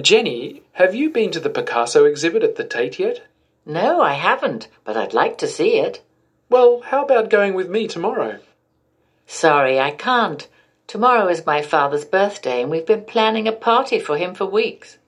Jenny, have you been to the Picasso exhibit at the Tate yet? No, I haven't, but I'd like to see it. Well, how about going with me tomorrow? Sorry, I can't. Tomorrow is my father's birthday, and we've been planning a party for him for weeks.